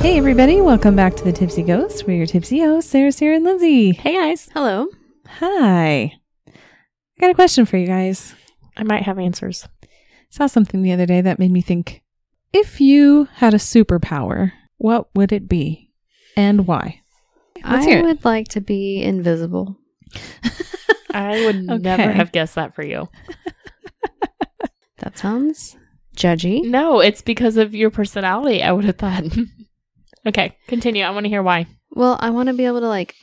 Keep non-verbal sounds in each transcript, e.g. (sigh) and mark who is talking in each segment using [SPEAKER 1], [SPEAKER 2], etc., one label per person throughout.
[SPEAKER 1] Hey, everybody, welcome back to the Tipsy Ghost. We're your tipsy hosts, Sarah, Sarah, and Lindsay.
[SPEAKER 2] Hey guys. Hello.
[SPEAKER 1] Hi. I got a question for you guys.
[SPEAKER 2] I might have answers.
[SPEAKER 1] Saw something the other day that made me think if you had a superpower, what would it be and why?
[SPEAKER 3] (laughs)
[SPEAKER 1] Let's
[SPEAKER 3] I
[SPEAKER 1] hear it.
[SPEAKER 3] would like to be invisible.
[SPEAKER 2] I (laughs) would
[SPEAKER 1] Okay.
[SPEAKER 2] never have guessed that for you.
[SPEAKER 3] That sounds judgy.
[SPEAKER 2] No, it's because of your personality, I would have thought. (laughs) okay, continue. I want to hear why.
[SPEAKER 3] Well, I want to be able to like.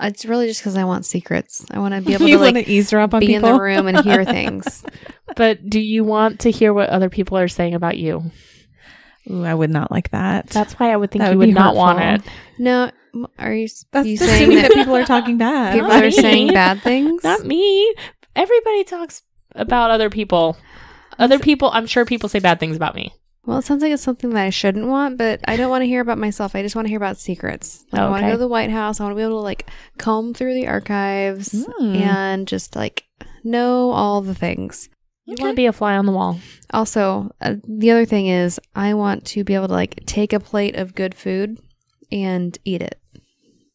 [SPEAKER 3] It's really just because I want secrets. I want
[SPEAKER 1] (laughs)
[SPEAKER 3] to be able to
[SPEAKER 1] you
[SPEAKER 3] like
[SPEAKER 1] want to eavesdrop on
[SPEAKER 3] be
[SPEAKER 1] people?
[SPEAKER 3] in the room and hear things.
[SPEAKER 2] But do you want to hear what other people are saying about you?
[SPEAKER 1] (laughs) Ooh, I would not like that.
[SPEAKER 2] That's why I would think
[SPEAKER 1] That
[SPEAKER 2] you
[SPEAKER 1] would
[SPEAKER 2] would
[SPEAKER 1] be
[SPEAKER 2] not want
[SPEAKER 1] hurtful.
[SPEAKER 2] it.
[SPEAKER 3] No, m- are you?
[SPEAKER 1] That's
[SPEAKER 3] you
[SPEAKER 1] just
[SPEAKER 3] saying
[SPEAKER 1] assuming
[SPEAKER 3] that
[SPEAKER 1] that, people are
[SPEAKER 3] (laughs)
[SPEAKER 1] talking bad.
[SPEAKER 3] people
[SPEAKER 2] Not
[SPEAKER 3] are
[SPEAKER 2] me.
[SPEAKER 3] saying bad things?
[SPEAKER 2] Not me. Everybody talks about other people. Other people, I'm sure people say bad things about me.
[SPEAKER 3] Well, it sounds like it's something that I shouldn't want, but I don't want to hear about myself. I just want to hear about secrets. Like, I want to
[SPEAKER 2] Okay.
[SPEAKER 3] go to the White House. I want to be able to like comb through the archives
[SPEAKER 1] Mm.
[SPEAKER 3] and just like know all the things.
[SPEAKER 2] You
[SPEAKER 1] Okay.
[SPEAKER 2] want to be a fly on the wall.
[SPEAKER 3] Also, uh, the other thing is I want to be able to like take a plate of good food and eat it.
[SPEAKER 2] What do you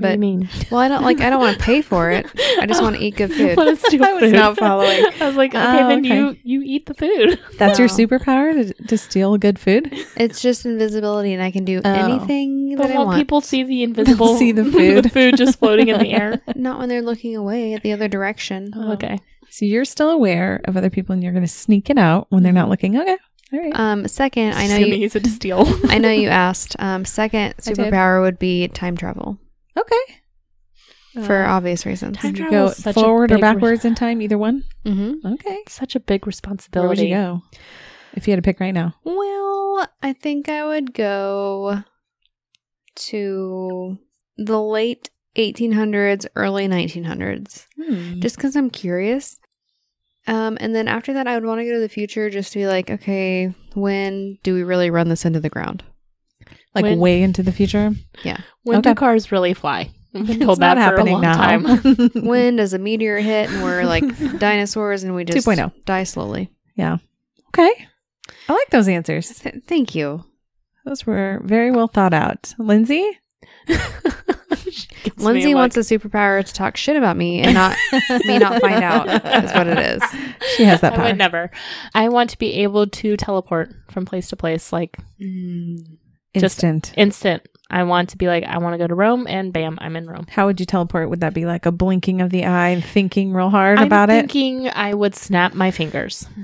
[SPEAKER 3] But
[SPEAKER 2] (laughs) mean?
[SPEAKER 3] well, I don't like I don't want to pay for it. I just want to eat good food.
[SPEAKER 2] (laughs) What a stupid-
[SPEAKER 1] I was not following.
[SPEAKER 2] (laughs) I was like, okay,
[SPEAKER 1] Oh,
[SPEAKER 2] then
[SPEAKER 1] okay.
[SPEAKER 2] you you eat the food.
[SPEAKER 1] (laughs) That's your
[SPEAKER 3] No.
[SPEAKER 1] superpower to, to steal good
[SPEAKER 3] (laughs)
[SPEAKER 1] food?
[SPEAKER 3] It's just invisibility and I can do
[SPEAKER 1] Oh.
[SPEAKER 3] anything
[SPEAKER 2] But (laughs)
[SPEAKER 3] that I
[SPEAKER 2] won't
[SPEAKER 3] want.
[SPEAKER 2] people see the invisible (laughs)
[SPEAKER 1] see the food.
[SPEAKER 2] the food just floating in the (laughs) air.
[SPEAKER 3] Not when they're looking away at the other direction.
[SPEAKER 1] Oh.
[SPEAKER 2] Okay.
[SPEAKER 1] So you're still aware of other people and you're going to sneak it out when they're not
[SPEAKER 3] Mm-hmm.
[SPEAKER 1] looking. Okay. All right.
[SPEAKER 3] Um second, I know
[SPEAKER 2] She's
[SPEAKER 3] you
[SPEAKER 2] gonna use it to (laughs) steal.
[SPEAKER 3] I know you asked. Um, second
[SPEAKER 1] I did.
[SPEAKER 3] superpower would be time travel
[SPEAKER 1] okay.
[SPEAKER 3] Uh,
[SPEAKER 1] Uh,
[SPEAKER 3] for obvious reasons.
[SPEAKER 2] Oh. time
[SPEAKER 1] you
[SPEAKER 2] travel
[SPEAKER 1] go
[SPEAKER 2] is such a
[SPEAKER 1] forward or
[SPEAKER 2] big re-
[SPEAKER 1] backwards in time, either one.
[SPEAKER 3] Mm-hmm.
[SPEAKER 1] Okay.
[SPEAKER 2] Such a big
[SPEAKER 1] Where would
[SPEAKER 2] responsibility.
[SPEAKER 1] you go if you had to pick right now?
[SPEAKER 3] Well, I think I would go to the late 1800s, early 1900s,
[SPEAKER 2] Hmm.
[SPEAKER 1] Mm.
[SPEAKER 3] just because I'm curious. Um, and then after that, I would want to go to the future just to be like, okay, when do we really run this into the ground?
[SPEAKER 1] like
[SPEAKER 2] when-
[SPEAKER 1] way into the future.
[SPEAKER 2] When do
[SPEAKER 1] Okay.
[SPEAKER 2] cars really
[SPEAKER 1] (laughs)
[SPEAKER 2] fly? I've been told
[SPEAKER 1] It's not
[SPEAKER 2] that for a
[SPEAKER 1] happening
[SPEAKER 2] long
[SPEAKER 1] now. (laughs)
[SPEAKER 2] time. (laughs)
[SPEAKER 3] When does a meteor hit and we're like dinosaurs and we just
[SPEAKER 1] 2.0.
[SPEAKER 3] die slowly?
[SPEAKER 1] okay. I like those answers.
[SPEAKER 3] Th- thank you.
[SPEAKER 1] Those were very well thought out. Lindsay?
[SPEAKER 2] Gets me
[SPEAKER 3] Lindsay
[SPEAKER 2] like-
[SPEAKER 3] wants a superpower to talk shit about me and not me not find out is what
[SPEAKER 1] (laughs)
[SPEAKER 3] it is.
[SPEAKER 1] She has that
[SPEAKER 2] (laughs) I
[SPEAKER 1] power.
[SPEAKER 2] would never. I want to be able to teleport from place to place, like
[SPEAKER 1] Mm.
[SPEAKER 2] just-
[SPEAKER 1] Instant.
[SPEAKER 2] instant. I want to be like, I want to go to Rome, and bam, I'm in Rome.
[SPEAKER 1] How would you teleport? Would that be like a blinking of the eye, and thinking real hard
[SPEAKER 2] I'm
[SPEAKER 1] about it?
[SPEAKER 2] thinking I would snap my fingers.
[SPEAKER 1] (laughs)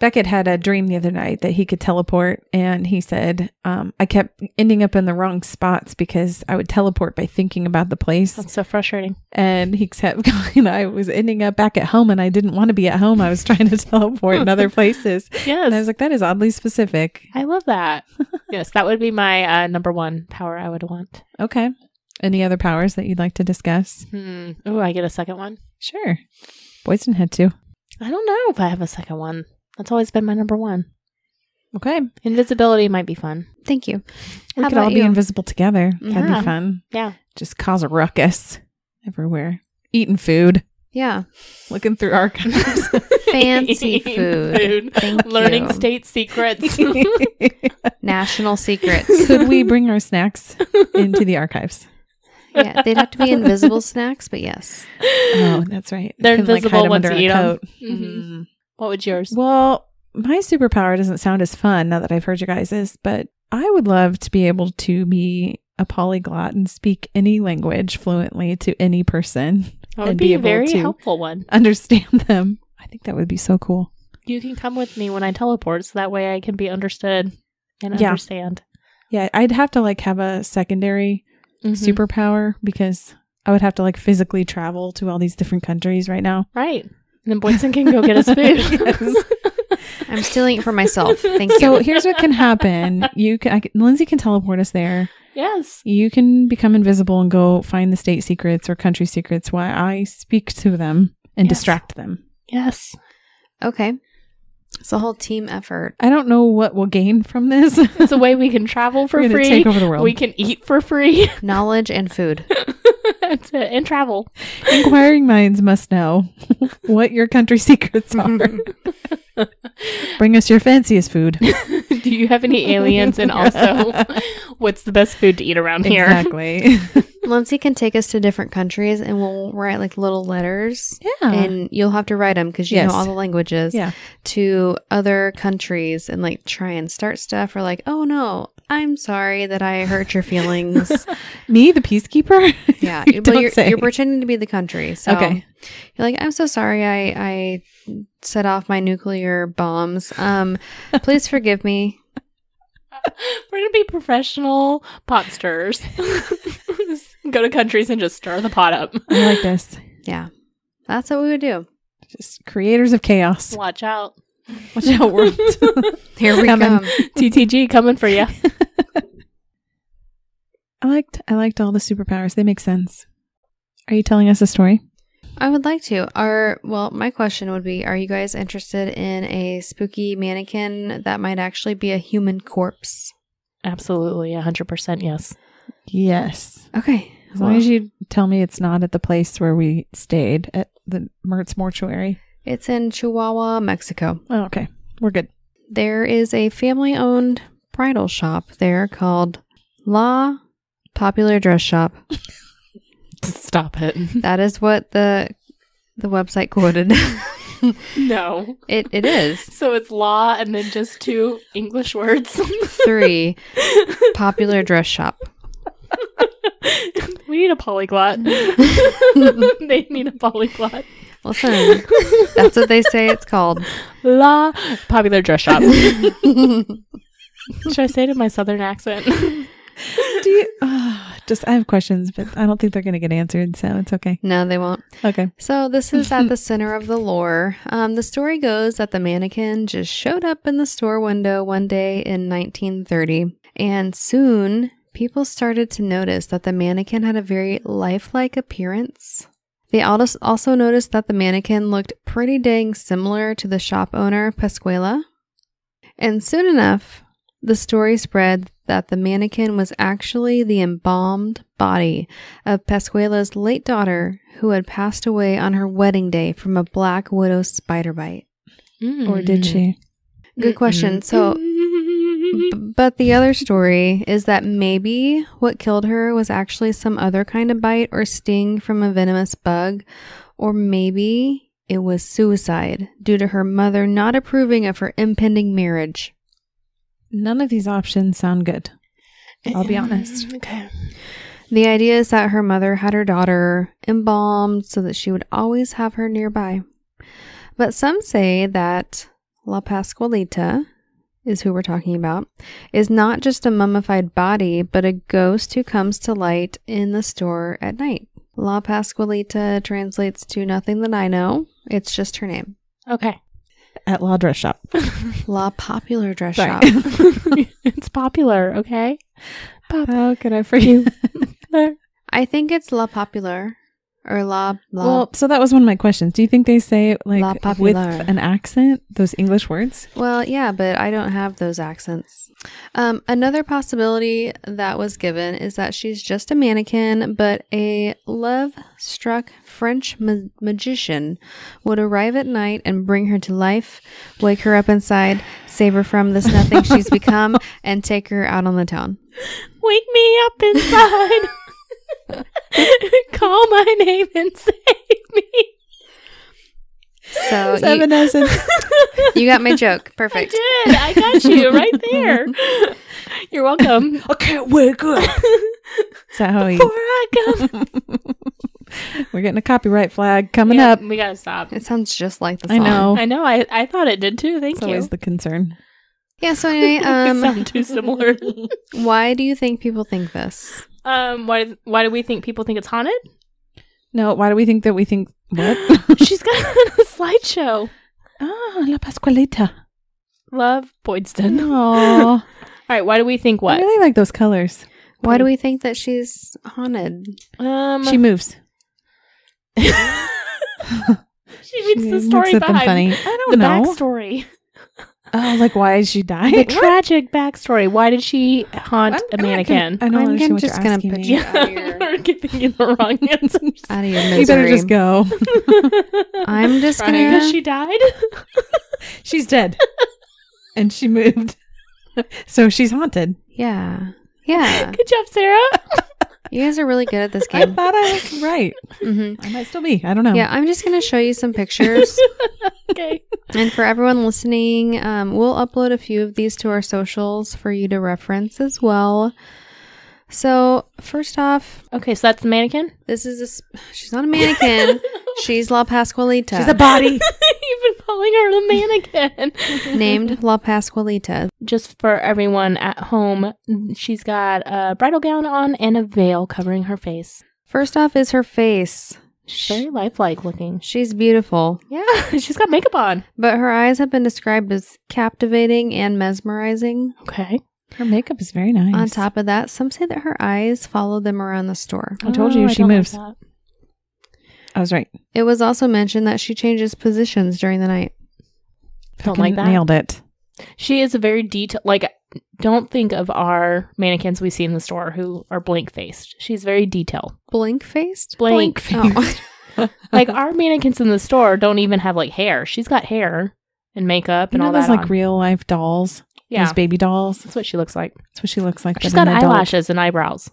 [SPEAKER 1] Beckett had a dream the other night that he could teleport, and he said, um, "I kept ending up in the wrong spots because I would teleport by thinking about the place,
[SPEAKER 2] That's so frustrating.
[SPEAKER 1] and he kept (laughs) going. I was ending up back at home, and I didn't want to be at home. I was trying to (laughs) teleport in
[SPEAKER 2] (laughs)
[SPEAKER 1] other places,
[SPEAKER 2] Yes.
[SPEAKER 1] and I was like, that is oddly specific.
[SPEAKER 2] I love
[SPEAKER 1] (laughs)
[SPEAKER 2] that. yes, that would be my uh, number one power I would want.
[SPEAKER 1] Okay, any other powers that you'd like to discuss?
[SPEAKER 2] Hmm. Oh, I get a second one.
[SPEAKER 1] Sure, Boyson had two.
[SPEAKER 2] I don't know if I have a second one. That's always been my number one.
[SPEAKER 1] Okay, we
[SPEAKER 2] Invisibility might be (laughs) fun.
[SPEAKER 3] Thank you. How
[SPEAKER 1] could
[SPEAKER 3] about
[SPEAKER 1] all be
[SPEAKER 3] you?
[SPEAKER 1] invisible together. That'd
[SPEAKER 2] Yeah.
[SPEAKER 1] be fun.
[SPEAKER 2] Uh-huh. Yeah.
[SPEAKER 1] Just cause a ruckus everywhere, eating food, (laughs)
[SPEAKER 3] Yeah.
[SPEAKER 1] looking through
[SPEAKER 2] (laughs)
[SPEAKER 1] archives.
[SPEAKER 3] Fancy (laughs) food. Thank
[SPEAKER 2] Learning
[SPEAKER 3] you.
[SPEAKER 1] (laughs)
[SPEAKER 2] state secrets.
[SPEAKER 1] Mm-hmm.
[SPEAKER 3] National secrets.
[SPEAKER 1] Could we bring our snacks into the
[SPEAKER 2] (laughs)
[SPEAKER 1] archives?
[SPEAKER 3] yeah, they'd have to be invisible snacks, but yes.
[SPEAKER 1] Oh, that's right.
[SPEAKER 2] They're
[SPEAKER 1] Couldn't, like, hide
[SPEAKER 2] invisible
[SPEAKER 1] 'em
[SPEAKER 2] once
[SPEAKER 1] under
[SPEAKER 2] you
[SPEAKER 1] a
[SPEAKER 2] eat 'em.
[SPEAKER 1] coat.
[SPEAKER 2] Mhm.
[SPEAKER 1] Mm.
[SPEAKER 2] What would yours?
[SPEAKER 1] Well, my superpower doesn't sound as fun now that I've heard you guys', but I would love to be able to be a polyglot and speak any language fluently to any person, (laughs)
[SPEAKER 2] That would
[SPEAKER 1] and
[SPEAKER 2] be,
[SPEAKER 1] be
[SPEAKER 2] a
[SPEAKER 1] able
[SPEAKER 2] very
[SPEAKER 1] to-
[SPEAKER 2] helpful one.
[SPEAKER 1] understand them. I think that would be so cool.
[SPEAKER 2] You can come with me when I teleport, so that way I can be understood and
[SPEAKER 1] Yeah.
[SPEAKER 2] understand.
[SPEAKER 1] Yeah, I'd have to like have a secondary
[SPEAKER 2] Mhm.
[SPEAKER 1] superpower because I would have to like physically travel to all these different countries right now.
[SPEAKER 2] Right. And then Boyson can go
[SPEAKER 1] (laughs)
[SPEAKER 2] get his food.
[SPEAKER 1] Yes.
[SPEAKER 3] I'm stealing it for myself. Thank
[SPEAKER 1] So
[SPEAKER 3] you.
[SPEAKER 1] here's what can happen: you can I, can- Lindsay can teleport us there.
[SPEAKER 2] (laughs) yes.
[SPEAKER 1] You can become invisible and go find the state secrets or country secrets while I speak to them and
[SPEAKER 2] Yes.
[SPEAKER 1] distract them.
[SPEAKER 2] Yes.
[SPEAKER 3] Okay. It's a whole team effort.
[SPEAKER 1] I don't know what we'll gain from this. (laughs)
[SPEAKER 2] It's a way we can travel for
[SPEAKER 1] We're gonna
[SPEAKER 2] free.
[SPEAKER 1] take over the world.
[SPEAKER 2] We can eat
[SPEAKER 1] (laughs)
[SPEAKER 2] for free
[SPEAKER 3] Knowledge and food.
[SPEAKER 2] That's it. and travel.
[SPEAKER 1] (laughs) Inquiring minds must know (laughs)
[SPEAKER 2] (laughs)
[SPEAKER 1] what your country secrets are. Bring us your fanciest food.
[SPEAKER 2] Do do you have any aliens? And
[SPEAKER 1] (laughs)
[SPEAKER 2] also, what's the best food to eat around (laughs) here?
[SPEAKER 1] Exactly. (laughs)
[SPEAKER 3] Lindsay can take us to different countries and we'll write like little letters
[SPEAKER 1] yeah.
[SPEAKER 3] and you'll have to write them because you
[SPEAKER 1] Yes.
[SPEAKER 3] know all the languages
[SPEAKER 1] Yeah.
[SPEAKER 3] to other countries and like try and start stuff or like, oh no, I'm sorry that I hurt your feelings.
[SPEAKER 1] Me, the peacekeeper.
[SPEAKER 3] yeah.
[SPEAKER 1] (laughs) You
[SPEAKER 3] but
[SPEAKER 1] don't
[SPEAKER 3] you're,
[SPEAKER 1] say.
[SPEAKER 3] you're pretending to be the country. So
[SPEAKER 1] Okay.
[SPEAKER 3] you're like, I'm so sorry I, I set off my nuclear bombs.
[SPEAKER 1] (laughs)
[SPEAKER 3] Um, please forgive me.
[SPEAKER 2] We're gonna be professional pot stirrers. (laughs) Go to countries and just stir the pot up.
[SPEAKER 1] I like this.
[SPEAKER 3] Yeah. That's what we would do.
[SPEAKER 1] Just creators of chaos.
[SPEAKER 2] Watch out,
[SPEAKER 1] Watch out, world. (laughs)
[SPEAKER 3] Here we
[SPEAKER 1] Coming.
[SPEAKER 3] come.
[SPEAKER 2] TTG coming for you.
[SPEAKER 1] I liked. I liked all the superpowers. They make sense. Are you telling us a story?
[SPEAKER 3] I would like to. Are well, my question would be: Are you guys interested in a spooky mannequin that might actually be a human corpse?
[SPEAKER 2] (laughs) Absolutely, hundred percent. Yes.
[SPEAKER 1] Yes.
[SPEAKER 3] Okay,
[SPEAKER 1] As long as you tell me it's not at the place where we stayed at the Mertz mortuary.
[SPEAKER 3] it's in Chihuahua, Mexico.
[SPEAKER 1] Oh, okay. We're good.
[SPEAKER 3] There is a family-owned bridal shop there called La Popular Dress Shop.
[SPEAKER 2] Stop it.
[SPEAKER 3] That is what the the website quoted.
[SPEAKER 2] (laughs) No.
[SPEAKER 3] it it is
[SPEAKER 2] So it's law and then just two English words. (laughs)
[SPEAKER 3] three popular dress shop.
[SPEAKER 2] we need a polyglot. (laughs) they need a polyglot.
[SPEAKER 3] Listen, that's what they say it's called.
[SPEAKER 2] La popular dress shop. Should I say it in my southern accent?
[SPEAKER 1] Do you? (sighs) ah, just I have questions, but I don't think they're going to get answered, so it's okay.
[SPEAKER 3] No, they won't.
[SPEAKER 1] Okay.
[SPEAKER 3] So this is at the center of the lore. Um, the story goes that the mannequin just showed up in the store window one day in 1930, and soon people started to notice that the mannequin had a very lifelike appearance. They al- also noticed that the mannequin looked pretty dang similar to the shop owner Pascuela, and soon enough, the story spread that the mannequin was actually the embalmed body of Pascuala's late daughter who had passed away on her wedding day from a black widow spider bite.
[SPEAKER 1] Or did
[SPEAKER 2] Hmm. Mm.
[SPEAKER 1] she?
[SPEAKER 3] Good question. So, b- but the other story is that maybe what killed her was actually some other kind of bite or sting from a venomous bug, or maybe it was suicide due to her mother not approving of her impending marriage.
[SPEAKER 1] None of these options sound good. I'll be honest.
[SPEAKER 2] (laughs) Okay.
[SPEAKER 3] The idea is that her mother had her daughter embalmed so that she would always have her nearby. But some say that La Pascualita is who we're talking about, is not just a mummified body, but a ghost who comes to light in the store at night. La Pascualita translates to nothing that I know. It's just her name.
[SPEAKER 2] Okay.
[SPEAKER 1] At Law Dress Shop.
[SPEAKER 3] La Popular Dress
[SPEAKER 1] Sorry.
[SPEAKER 3] Shop.
[SPEAKER 2] it's popular, okay?
[SPEAKER 1] How could I (laughs) forget?
[SPEAKER 3] (laughs) I think it's La Popular or La La.
[SPEAKER 1] well, so that was one of my questions. Do you think they say it,
[SPEAKER 3] La
[SPEAKER 1] like with
[SPEAKER 3] popular.
[SPEAKER 1] an accent those English words?
[SPEAKER 3] Well, yeah, but I don't have those accents. Um, another possibility that was given is that she's just a mannequin, but a love struck French ma- magician would arrive at night and bring her to life, wake her up inside, save her from this nothing she's become, and take her out on the town.
[SPEAKER 2] Wake me
[SPEAKER 1] (laughs)
[SPEAKER 2] up inside. Call my name and save me.
[SPEAKER 1] (laughs)
[SPEAKER 3] So
[SPEAKER 1] It's
[SPEAKER 3] you,
[SPEAKER 1] Evanescence.
[SPEAKER 3] you got my joke.
[SPEAKER 2] I
[SPEAKER 3] Perfect.
[SPEAKER 2] did. I got you right there. (laughs) You're welcome.
[SPEAKER 1] (laughs) I can't wake up. Is that
[SPEAKER 2] (laughs)
[SPEAKER 1] how he?
[SPEAKER 2] Before I
[SPEAKER 1] (laughs)
[SPEAKER 2] come.
[SPEAKER 1] We're getting a copyright flag coming
[SPEAKER 2] Yeah,
[SPEAKER 1] up.
[SPEAKER 2] We gotta stop.
[SPEAKER 3] It sounds just like the
[SPEAKER 1] I
[SPEAKER 3] song.
[SPEAKER 1] know.
[SPEAKER 2] I know. I, I thought it did too. Thank
[SPEAKER 1] It's
[SPEAKER 2] you.
[SPEAKER 1] always the concern.
[SPEAKER 3] Yeah. So anyway,
[SPEAKER 2] They
[SPEAKER 3] um,
[SPEAKER 2] sound
[SPEAKER 1] (laughs)
[SPEAKER 2] too similar.
[SPEAKER 3] why do you think people think this?
[SPEAKER 2] um, why why do we think people think
[SPEAKER 1] (laughs)
[SPEAKER 2] it's haunted?
[SPEAKER 1] No, why do we think that we think what? (laughs)
[SPEAKER 2] She's got (laughs) a slideshow.
[SPEAKER 1] ah, La Pascualita.
[SPEAKER 2] Love Boydston.
[SPEAKER 1] No,
[SPEAKER 2] All right, why do we think
[SPEAKER 1] I
[SPEAKER 2] what?
[SPEAKER 1] really like those colors.
[SPEAKER 3] Why do we think that she's haunted?
[SPEAKER 2] Um,
[SPEAKER 1] She
[SPEAKER 2] (laughs)
[SPEAKER 1] moves.
[SPEAKER 2] she reads the story behind
[SPEAKER 1] funny. I
[SPEAKER 2] the
[SPEAKER 1] don't know.
[SPEAKER 2] backstory,
[SPEAKER 1] Oh, like why did she die?
[SPEAKER 2] the
[SPEAKER 1] (laughs) What?
[SPEAKER 2] tragic backstory. Why did she haunt
[SPEAKER 1] I'm-
[SPEAKER 2] a
[SPEAKER 1] I'm not
[SPEAKER 2] mannequin?
[SPEAKER 1] Gonna, I
[SPEAKER 3] I'm
[SPEAKER 1] don't understand
[SPEAKER 3] gonna-
[SPEAKER 1] what
[SPEAKER 3] just
[SPEAKER 1] you're
[SPEAKER 3] gonna
[SPEAKER 1] asking
[SPEAKER 3] put
[SPEAKER 2] (laughs)
[SPEAKER 1] me. (laughs)
[SPEAKER 3] you-
[SPEAKER 2] yeah,
[SPEAKER 3] here.
[SPEAKER 2] we're giving you the wrong (laughs) answers.
[SPEAKER 3] Out of your misery.
[SPEAKER 1] You better just go. (laughs)
[SPEAKER 3] I'm just
[SPEAKER 2] Trying.
[SPEAKER 3] gonna-
[SPEAKER 2] She died.
[SPEAKER 1] She's dead, and she moved. So she's haunted.
[SPEAKER 3] Yeah. Yeah.
[SPEAKER 2] (laughs) Good job, Sarah.
[SPEAKER 3] You guys are really good at this
[SPEAKER 1] Oh (laughs) I Oh.
[SPEAKER 3] game.
[SPEAKER 1] thought I was right.
[SPEAKER 3] hmm
[SPEAKER 1] I might still be. I don't know.
[SPEAKER 3] Yeah, I'm just going to show you some
[SPEAKER 1] (laughs)
[SPEAKER 3] pictures.
[SPEAKER 2] okay.
[SPEAKER 3] and for everyone listening, um, we'll upload a few of these to our socials for you to reference as well. So, first off,
[SPEAKER 2] Okay, so that's the mannequin.
[SPEAKER 3] this is a. s- She's not
[SPEAKER 1] (laughs)
[SPEAKER 3] a mannequin. she's La Pascualita.
[SPEAKER 1] She's a body.
[SPEAKER 2] (laughs) You've been calling her the
[SPEAKER 1] mm-hmm. (laughs)
[SPEAKER 2] mannequin.
[SPEAKER 3] named La Pascualita.
[SPEAKER 2] Just for everyone at home, she's got a bridal gown on and a veil covering her face.
[SPEAKER 3] First off, is her face.
[SPEAKER 2] She's very lifelike looking.
[SPEAKER 3] She's beautiful,
[SPEAKER 2] Yeah, (laughs) she's got makeup on.
[SPEAKER 3] but her eyes have been described as captivating and mesmerizing.
[SPEAKER 2] Okay.
[SPEAKER 1] Her makeup is very nice.
[SPEAKER 3] On top of that, some say that her eyes follow them around the store.
[SPEAKER 1] Oh, I told you, she
[SPEAKER 2] don't like
[SPEAKER 1] moves.
[SPEAKER 2] that.
[SPEAKER 1] I was right.
[SPEAKER 3] It was also mentioned that she changes positions during the night.
[SPEAKER 2] Don't
[SPEAKER 1] Fucking
[SPEAKER 2] like that.
[SPEAKER 1] Nailed it.
[SPEAKER 2] She is a very detailed. Like, don't think of our mannequins we see in the store who are blank faced. She's very (laughs) detailed.
[SPEAKER 3] Blink faced?
[SPEAKER 2] Blank
[SPEAKER 3] Oh.
[SPEAKER 2] like our mannequins in the store don't even have like hair. She's got hair and makeup
[SPEAKER 1] You
[SPEAKER 2] and
[SPEAKER 1] know
[SPEAKER 2] all
[SPEAKER 1] those
[SPEAKER 2] that.
[SPEAKER 1] like
[SPEAKER 2] on.
[SPEAKER 1] real life dolls?
[SPEAKER 2] yeah,
[SPEAKER 1] Those baby dolls.
[SPEAKER 2] that's what she looks like.
[SPEAKER 1] That's what she looks like.
[SPEAKER 2] She's
[SPEAKER 1] but
[SPEAKER 2] got
[SPEAKER 1] an adult.
[SPEAKER 2] eyelashes and eyebrows.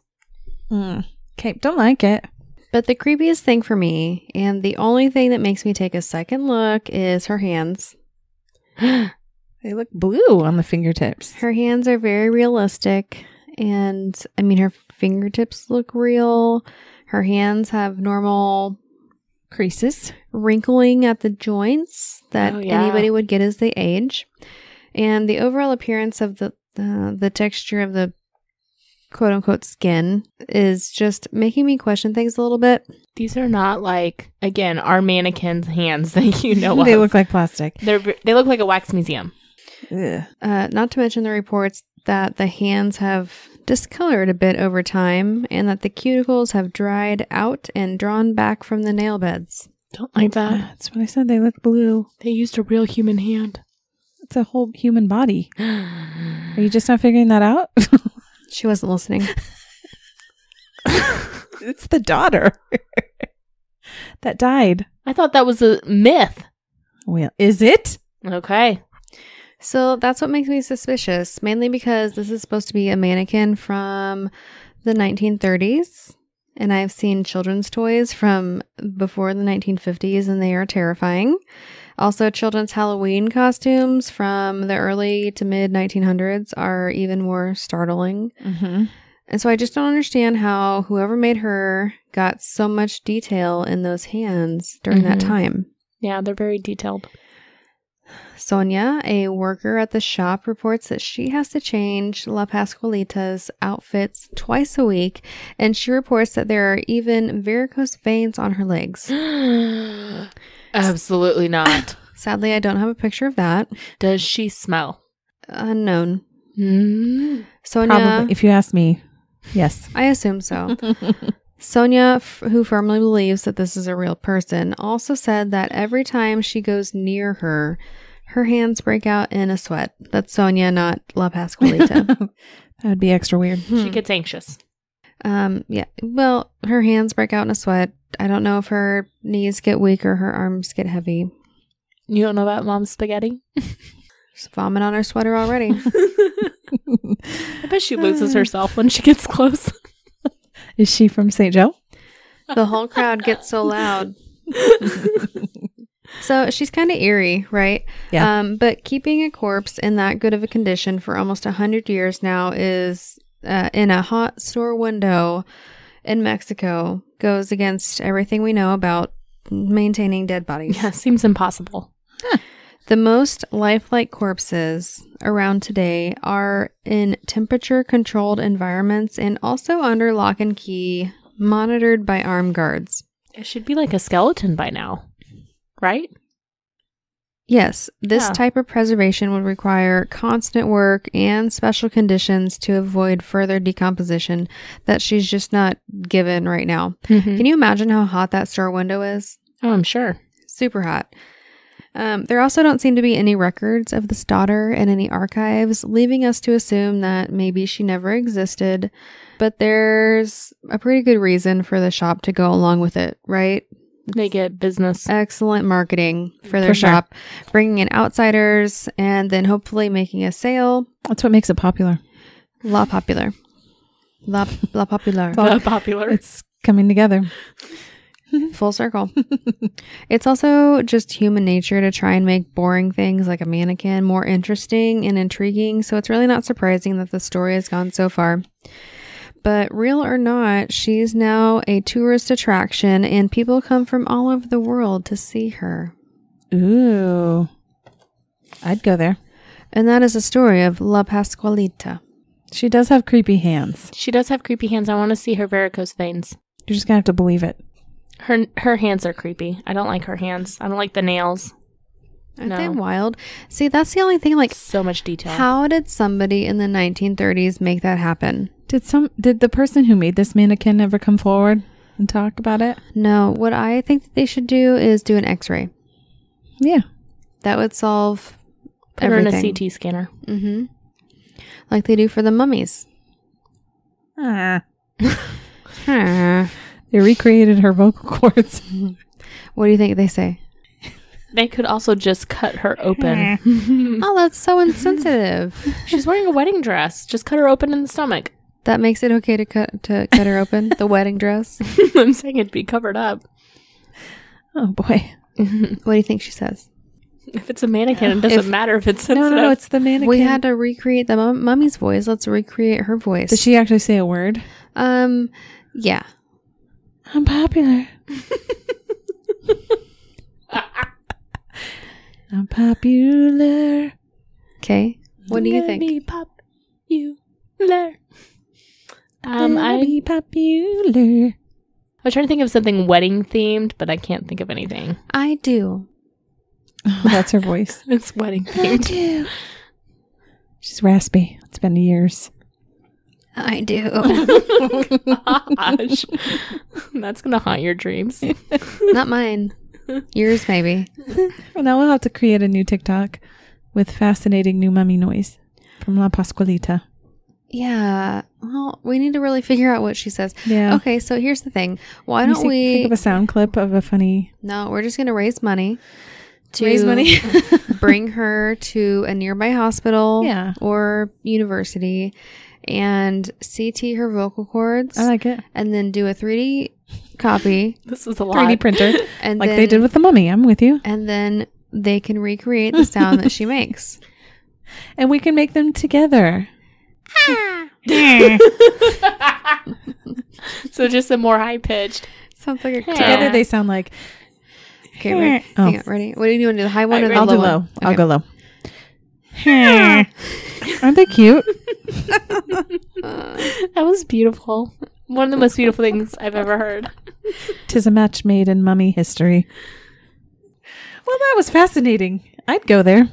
[SPEAKER 1] Mm. Okay. Don't like it.
[SPEAKER 3] (laughs) but the creepiest thing for me, and the only thing that makes me take a second look, is her hands.
[SPEAKER 1] They look blue on the fingertips.
[SPEAKER 3] Her hands are very realistic, and I mean, her fingertips look real. Her hands have normal
[SPEAKER 1] (laughs) creases.
[SPEAKER 3] wrinkling at the joints that
[SPEAKER 2] Oh, yeah.
[SPEAKER 3] anybody would get as they age, and the overall appearance of the uh, the texture of the quote unquote skin is just making me question things a little bit.
[SPEAKER 2] These are not like again our mannequins' hands (laughs) that you know.
[SPEAKER 1] they
[SPEAKER 2] of.
[SPEAKER 1] look like plastic.
[SPEAKER 2] They're v- they look like a wax museum.
[SPEAKER 1] Ugh.
[SPEAKER 3] Uh, not to mention the reports that the hands have discolored a bit over time, and that the cuticles have dried out and drawn back from the nail beds.
[SPEAKER 2] Don't like that.
[SPEAKER 1] Ah, That's what I said. They look blue.
[SPEAKER 2] They used a real human hand.
[SPEAKER 1] It's a whole human (gasps) body. Are
[SPEAKER 2] I
[SPEAKER 1] you just not figuring that out? (laughs)
[SPEAKER 3] She wasn't listening.
[SPEAKER 1] it's the daughter (laughs) that died.
[SPEAKER 2] thought that was a myth.
[SPEAKER 1] Well, is it?
[SPEAKER 2] Okay.
[SPEAKER 3] So that's what makes me suspicious, mainly because this is supposed to be a mannequin from the 1930s. And I've seen children's toys from before the 1950s, and they are terrifying. Also, children's Halloween costumes from the early to mid 1900s are even more startling.
[SPEAKER 1] Mm-hmm.
[SPEAKER 3] And so I just don't understand how whoever made her got so much detail in those hands during that
[SPEAKER 2] Mhm.
[SPEAKER 3] time.
[SPEAKER 2] Yeah, they're very detailed.
[SPEAKER 3] Sonia, a worker at the shop, reports that she has to change La Pascualita's outfits twice a week, and she reports that there are even varicose veins on her legs.
[SPEAKER 2] Absolutely not.
[SPEAKER 3] Sadly, I don't have a picture of that.
[SPEAKER 2] Does she smell?
[SPEAKER 3] Unknown.
[SPEAKER 2] Mm.
[SPEAKER 3] Sonia,
[SPEAKER 1] Probably. If you ask me, yes.
[SPEAKER 3] I assume so. Sonia, f- who firmly believes that this is a real person, also said that every time she goes near her, her hands break out in a sweat. That's Sonia, not La Pascualita.
[SPEAKER 1] that would be extra weird.
[SPEAKER 2] She gets anxious.
[SPEAKER 3] Um, yeah. Well, her hands break out in a sweat. I don't know if her knees get weak or her arms get heavy.
[SPEAKER 2] You don't know about mom's spaghetti?
[SPEAKER 3] She's vomit on her sweater already.
[SPEAKER 2] I bet she loses herself when she gets close.
[SPEAKER 1] Is she from St. Joe?
[SPEAKER 3] the whole crowd gets so loud. So she's kind of eerie, right?
[SPEAKER 1] Yeah.
[SPEAKER 3] Um, but keeping a corpse in that good of a condition for almost a hundred years now is uh, in a hot store window in Mexico goes against everything we know about maintaining dead bodies.
[SPEAKER 2] (laughs) yeah, seems impossible.
[SPEAKER 3] The most lifelike corpses around today are in temperature controlled environments and also under lock and key, monitored by armed guards.
[SPEAKER 2] It should be like a skeleton by now, right?
[SPEAKER 3] Yes, this
[SPEAKER 2] Yeah.
[SPEAKER 3] type of preservation would require constant work and special conditions to avoid further decomposition that she's just not given right now.
[SPEAKER 2] Mm-hmm.
[SPEAKER 3] Can you imagine how hot that store window is?
[SPEAKER 2] Oh, I'm sure.
[SPEAKER 3] super hot. Um, there also don't seem to be any records of this daughter in any archives, leaving us to assume that maybe she never existed. But there's a pretty good reason for the shop to go along with it, right?
[SPEAKER 2] They get business.
[SPEAKER 3] Excellent marketing for their
[SPEAKER 1] For sure.
[SPEAKER 3] shop, bringing in outsiders and then hopefully making a sale.
[SPEAKER 1] That's what makes it popular.
[SPEAKER 3] La popular. La, la popular.
[SPEAKER 2] The (laughs) popular.
[SPEAKER 1] It's coming together.
[SPEAKER 3] Full circle. (laughs) it's also just human nature to try and make boring things like a mannequin more interesting and intriguing, so it's really not surprising that the story has gone so far. But real or not, she's now a tourist attraction, and people come from all over the world to see her.
[SPEAKER 1] Ooh. I'd go there.
[SPEAKER 3] And that is the story of La Pascualita.
[SPEAKER 1] She does have creepy hands.
[SPEAKER 2] She does have creepy hands. I want to see her varicose veins.
[SPEAKER 1] You're just going to have to believe it.
[SPEAKER 2] Her her hands are creepy. I don't like her hands. I don't like the nails.
[SPEAKER 3] Aren't
[SPEAKER 2] No.
[SPEAKER 3] they wild? See, that's the only thing. Like,
[SPEAKER 2] So much detail.
[SPEAKER 3] how did somebody in the 1930s make that happen?
[SPEAKER 1] Did some did the person who made this mannequin ever come forward and talk about it?
[SPEAKER 3] No, what I think that they should do is do an x ray.
[SPEAKER 1] Yeah.
[SPEAKER 3] That would solve
[SPEAKER 2] Put her in
[SPEAKER 3] everything.
[SPEAKER 2] a CT scanner.
[SPEAKER 3] Mm-hmm. Like they do for the mummies. Ah.
[SPEAKER 1] Hmm.
[SPEAKER 3] what
[SPEAKER 1] They recreated her vocal cords. (laughs)
[SPEAKER 3] do you think they say?
[SPEAKER 2] They could also just cut her open.
[SPEAKER 1] Mm.
[SPEAKER 3] Oh, that's so
[SPEAKER 1] (laughs)
[SPEAKER 3] insensitive.
[SPEAKER 2] She's wearing a wedding dress. Just cut her open in the stomach. (laughs)
[SPEAKER 3] that makes it okay to cut to cut her open. the wedding
[SPEAKER 1] (laughs)
[SPEAKER 3] dress.
[SPEAKER 2] I'm saying it'd be covered up.
[SPEAKER 1] Oh boy.
[SPEAKER 3] What do you think she says?
[SPEAKER 2] If it's a mannequin, it doesn't
[SPEAKER 3] If-
[SPEAKER 2] matter if it's
[SPEAKER 1] No, no, no,
[SPEAKER 2] sensitive.
[SPEAKER 1] it's the mannequin.
[SPEAKER 3] We had to recreate the mum- mummy's voice. Let's recreate her voice.
[SPEAKER 1] Did she actually say a word?
[SPEAKER 3] Um, yeah.
[SPEAKER 1] I'm popular.
[SPEAKER 3] (laughs)
[SPEAKER 1] I'm popular.
[SPEAKER 3] Okay. What do you
[SPEAKER 2] Gonna
[SPEAKER 3] think?
[SPEAKER 2] Be popular. Um,
[SPEAKER 1] Gonna
[SPEAKER 2] I
[SPEAKER 1] be popular.
[SPEAKER 2] I was trying to think of something wedding themed, but I can't think of anything.
[SPEAKER 3] I do.
[SPEAKER 1] Oh, that's her
[SPEAKER 3] (laughs)
[SPEAKER 1] voice.
[SPEAKER 2] It's wedding themed.
[SPEAKER 1] do. She's raspy. It's been years. (laughs)
[SPEAKER 3] I do.
[SPEAKER 2] (laughs) Gosh, that's gonna haunt your dreams.
[SPEAKER 3] Not mine. Yours maybe.
[SPEAKER 1] Well, now we'll have to create a new TikTok with fascinating new mummy noise from La Pascualita.
[SPEAKER 3] Yeah. Well, we need to really figure out what she says.
[SPEAKER 1] Yeah.
[SPEAKER 3] Okay, so here's the thing. Why
[SPEAKER 1] Can you
[SPEAKER 3] don't
[SPEAKER 1] see-
[SPEAKER 3] we
[SPEAKER 1] think of a sound clip of a funny?
[SPEAKER 3] No, we're just going to raise money to
[SPEAKER 1] Raise money. (laughs)
[SPEAKER 3] (laughs) bring her to a nearby hospital
[SPEAKER 1] Yeah.
[SPEAKER 3] or university and CT her vocal cords
[SPEAKER 1] I like it.
[SPEAKER 3] and then do a 3D copy
[SPEAKER 2] This is a lot.
[SPEAKER 1] 3D printer,
[SPEAKER 3] (laughs) and
[SPEAKER 1] like
[SPEAKER 3] then,
[SPEAKER 1] they did with the mummy. I'm with you.
[SPEAKER 3] and then they can recreate the sound
[SPEAKER 1] (laughs)
[SPEAKER 3] that she makes.
[SPEAKER 1] And we can make them together.
[SPEAKER 2] so just a more high pitched.
[SPEAKER 3] Sounds like a
[SPEAKER 2] Yeah.
[SPEAKER 1] Together they sound like.
[SPEAKER 3] Okay, right,
[SPEAKER 1] Oh.
[SPEAKER 3] hang on, ready? What do you want to do? The high one or the
[SPEAKER 1] I'll
[SPEAKER 3] low
[SPEAKER 1] do
[SPEAKER 3] one?
[SPEAKER 1] low. I'll
[SPEAKER 3] Okay.
[SPEAKER 1] go
[SPEAKER 3] (laughs)
[SPEAKER 1] low. Aren't they cute?
[SPEAKER 2] That was beautiful. One of the most beautiful things I've ever heard.
[SPEAKER 1] Tis a match made in mummy history. Well, that was fascinating. I'd go there.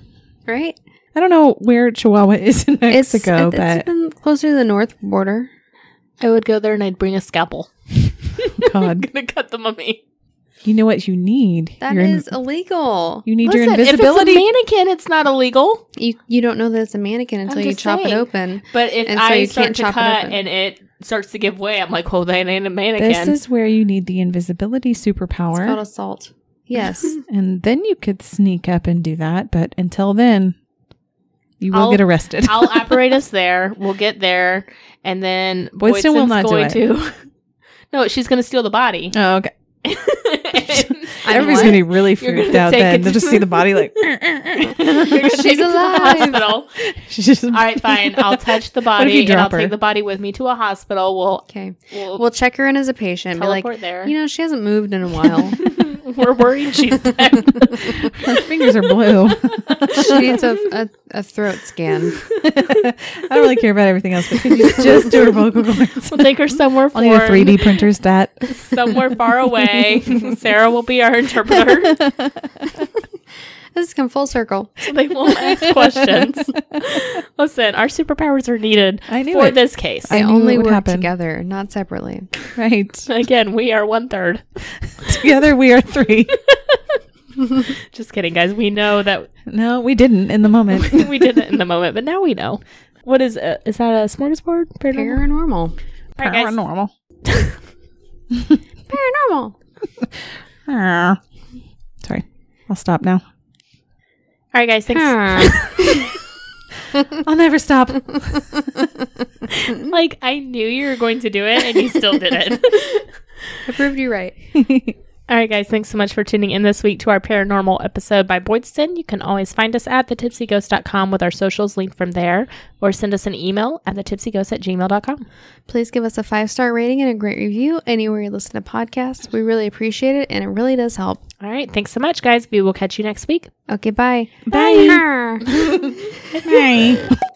[SPEAKER 3] Right?
[SPEAKER 1] I don't know where Chihuahua is in
[SPEAKER 3] It's,
[SPEAKER 1] Mexico,
[SPEAKER 3] it's
[SPEAKER 1] but
[SPEAKER 3] been closer to the north border.
[SPEAKER 2] I would go there and I'd bring a scalpel. I'm
[SPEAKER 1] God,
[SPEAKER 2] gonna cut the mummy.
[SPEAKER 1] you know what you need?
[SPEAKER 3] That is
[SPEAKER 1] Your in-
[SPEAKER 3] illegal.
[SPEAKER 1] you need your
[SPEAKER 2] Listen,
[SPEAKER 1] invisibility.
[SPEAKER 2] If it's a mannequin, it's not illegal.
[SPEAKER 3] You you don't know that it's a mannequin until you
[SPEAKER 2] just
[SPEAKER 3] chop it
[SPEAKER 2] saying.
[SPEAKER 3] open.
[SPEAKER 2] But if
[SPEAKER 3] And so
[SPEAKER 2] I
[SPEAKER 3] you
[SPEAKER 2] start
[SPEAKER 3] can't
[SPEAKER 2] to
[SPEAKER 3] chop it
[SPEAKER 2] cut
[SPEAKER 3] open.
[SPEAKER 2] and it starts to give way, I'm like, well, that ain't a mannequin.
[SPEAKER 1] this is where you need the invisibility
[SPEAKER 3] It's called
[SPEAKER 1] superpower,
[SPEAKER 3] assault. Yes.
[SPEAKER 1] and then you could sneak up and do that. But until then, you will
[SPEAKER 2] I'll-
[SPEAKER 1] get arrested.
[SPEAKER 2] I'll operate us there. We'll get there, and then
[SPEAKER 1] Boydston will
[SPEAKER 2] Boydston's
[SPEAKER 1] not do
[SPEAKER 2] going
[SPEAKER 1] it.
[SPEAKER 2] to. (laughs) No, she's going to steal the body.
[SPEAKER 1] (laughs)
[SPEAKER 2] (laughs)
[SPEAKER 1] oh, (laughs) okay.
[SPEAKER 2] And-
[SPEAKER 1] Everybody's
[SPEAKER 3] what?
[SPEAKER 2] (laughs)
[SPEAKER 1] gonna be really
[SPEAKER 2] You're
[SPEAKER 1] freaked
[SPEAKER 2] gonna
[SPEAKER 1] out
[SPEAKER 2] take
[SPEAKER 1] then.
[SPEAKER 2] it
[SPEAKER 1] They'll just see the body
[SPEAKER 2] (laughs)
[SPEAKER 1] like (laughs)
[SPEAKER 2] You're gonna take it to the
[SPEAKER 3] alive.
[SPEAKER 2] hospital.
[SPEAKER 1] she's just
[SPEAKER 2] All right, fine. I'll touch
[SPEAKER 1] (laughs)
[SPEAKER 2] the
[SPEAKER 1] What if you
[SPEAKER 2] body and I'll
[SPEAKER 1] drop her?
[SPEAKER 2] take the body with me to a hospital. We'll,
[SPEAKER 3] Okay.
[SPEAKER 2] we'll,
[SPEAKER 3] We'll check her in as a patient. Be
[SPEAKER 2] teleport
[SPEAKER 3] like,
[SPEAKER 2] there.
[SPEAKER 3] you know, she hasn't moved in a while.
[SPEAKER 2] We're worried
[SPEAKER 1] (laughs)
[SPEAKER 2] she's dead.
[SPEAKER 1] her fingers are
[SPEAKER 2] (laughs)
[SPEAKER 1] blue.
[SPEAKER 3] she needs a, a, a throat scan.
[SPEAKER 1] I don't really care about everything else, but could
[SPEAKER 2] (laughs)
[SPEAKER 1] you just do her vocal cords?
[SPEAKER 2] We'll take her somewhere
[SPEAKER 1] (laughs) I'll need a
[SPEAKER 2] foreign,
[SPEAKER 1] 3D printer
[SPEAKER 2] (laughs)
[SPEAKER 1] stat.
[SPEAKER 2] somewhere far
[SPEAKER 1] (laughs)
[SPEAKER 2] away. Sarah will be our interpreter.
[SPEAKER 3] This has come full circle.
[SPEAKER 2] so they won't ask questions. Listen, our superpowers are needed
[SPEAKER 1] I knew
[SPEAKER 2] for
[SPEAKER 1] it.
[SPEAKER 2] this case.
[SPEAKER 1] I
[SPEAKER 3] They
[SPEAKER 1] knew it
[SPEAKER 3] only
[SPEAKER 1] would
[SPEAKER 3] work
[SPEAKER 1] happen.
[SPEAKER 3] together, not separately.
[SPEAKER 1] Right.
[SPEAKER 2] Again, we are one third.
[SPEAKER 1] Together we are three. (laughs)
[SPEAKER 2] Just kidding, guys. We know that
[SPEAKER 1] No, we didn't in the
[SPEAKER 2] (laughs)
[SPEAKER 1] moment.
[SPEAKER 2] we did it in the moment, but now we know. What is uh, is that a smorgasbord? Paranormal.
[SPEAKER 3] Paranormal.
[SPEAKER 2] All right, guys.
[SPEAKER 1] Paranormal.
[SPEAKER 3] Paranormal.
[SPEAKER 1] Ah. Sorry. I'll stop now.
[SPEAKER 3] (laughs)
[SPEAKER 2] All right, guys. Thanks.
[SPEAKER 3] Huh.
[SPEAKER 1] I'll never stop.
[SPEAKER 3] I
[SPEAKER 2] Like, I knew you were going to do it, and you still did it.
[SPEAKER 3] proved you right.
[SPEAKER 2] (laughs) All right, guys, thanks so much for tuning in this week to our paranormal episode by Boydston. You can always find us at thetipsyghost.com with our socials linked from there, or send us an email at thetipsyghost at gmail.com.
[SPEAKER 3] Please give us a five star rating and a great review anywhere you listen to podcasts. We really appreciate it and it really does help.
[SPEAKER 2] All right, thanks so much, guys. We will catch you next week.
[SPEAKER 3] Okay, bye.
[SPEAKER 1] Bye.
[SPEAKER 3] (laughs) Bye.
[SPEAKER 1] Bye.